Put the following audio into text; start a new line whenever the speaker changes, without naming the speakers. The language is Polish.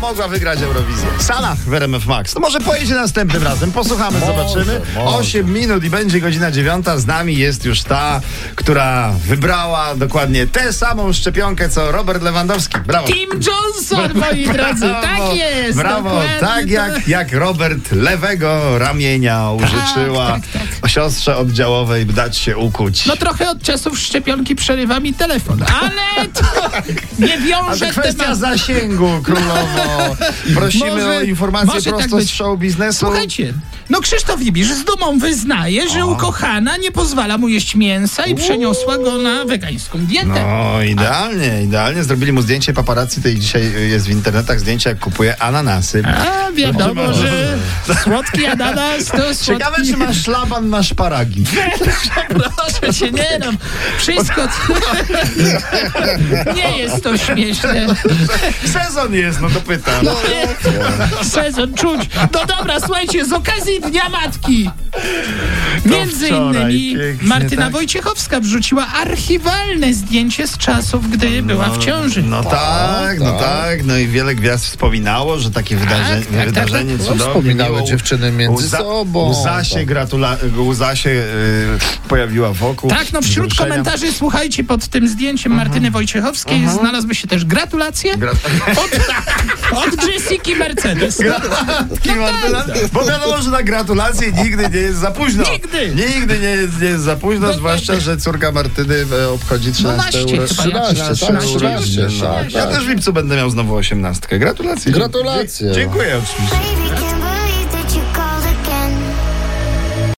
mogła wygrać Eurowizję. Sanach w RMF Max. To może pojedzie następnym razem. Posłuchamy,
Może,
zobaczymy.
może.
8 minut i będzie godzina 9. Z nami jest już ta, która wybrała dokładnie tę samą szczepionkę, co Robert Lewandowski. Brawo.
Tim Johnson, moi drodzy,
Brawo,
tak jest!
Brawo,
dokładnie
tak jak, jak Robert lewego ramienia użyczyła
tak,
siostrze oddziałowej dać się ukuć.
No trochę od czasów szczepionki przerywa mi telefon, ale to nie
A to
wiąże
kwestia
tematu.
zasięgu, królowo. Prosimy
Może-
o informację
może tak
prosto z
być.
show biznesu.
Słuchajcie, no Krzysztof Ibisz z dumą wyznaje, że ukochana nie pozwala mu jeść mięsa i przeniosła go na wegańską dietę.
No, idealnie, idealnie. Zrobili mu zdjęcie paparazzi, to i dzisiaj y, jest w internetach zdjęcie, jak kupuje ananasy.
A wiadomo, że słodki ananas to słodki...
Ciekawe, czy ma szlaban na szparagi.
Proszę cię, nie no, wszystko... nie jest to śmieszne.
Sezon jest, no to pytam.
Sezon czuć. No dobra, słuchajcie, z okazji Dnia Matki. Między
wczoraj,
innymi
pięknie,
Martyna
tak.
Wojciechowska wrzuciła archiwalne zdjęcie z czasów, gdy była w ciąży.
No tak, no tak. No i wiele gwiazd wspominało, że takie wydarze-
tak, tak,
wydarzenie
tak.
cudowne.
Wspominały
miło.
dziewczyny między sobą.
Łza się, gratula- łza się y, pojawiła wokół.
Tak, no wśród
wzruszenia. Mhm.
komentarzy, słuchajcie, pod tym zdjęciem Martyny Wojciechowskiej znalazły się też gratulacje
Grat-
od, od Jessiki Mercedes.
Gratulacje, Martyna.
Tak,
Bo wiadomo, że na gratulacje nigdy nie jest za późno.
Nigdy.
Nigdy nie jest, nie jest za późno,
Dokładnie.
zwłaszcza, że córka Martyny e, obchodzi 13
12
euro.
chyba, jak
13, tak, 13,
Ja
tak, tak.
też w lipcu będę miał znowu 18. Gratulacje.
Gratulacje.
Dziękuję oczywiście.
Baby, can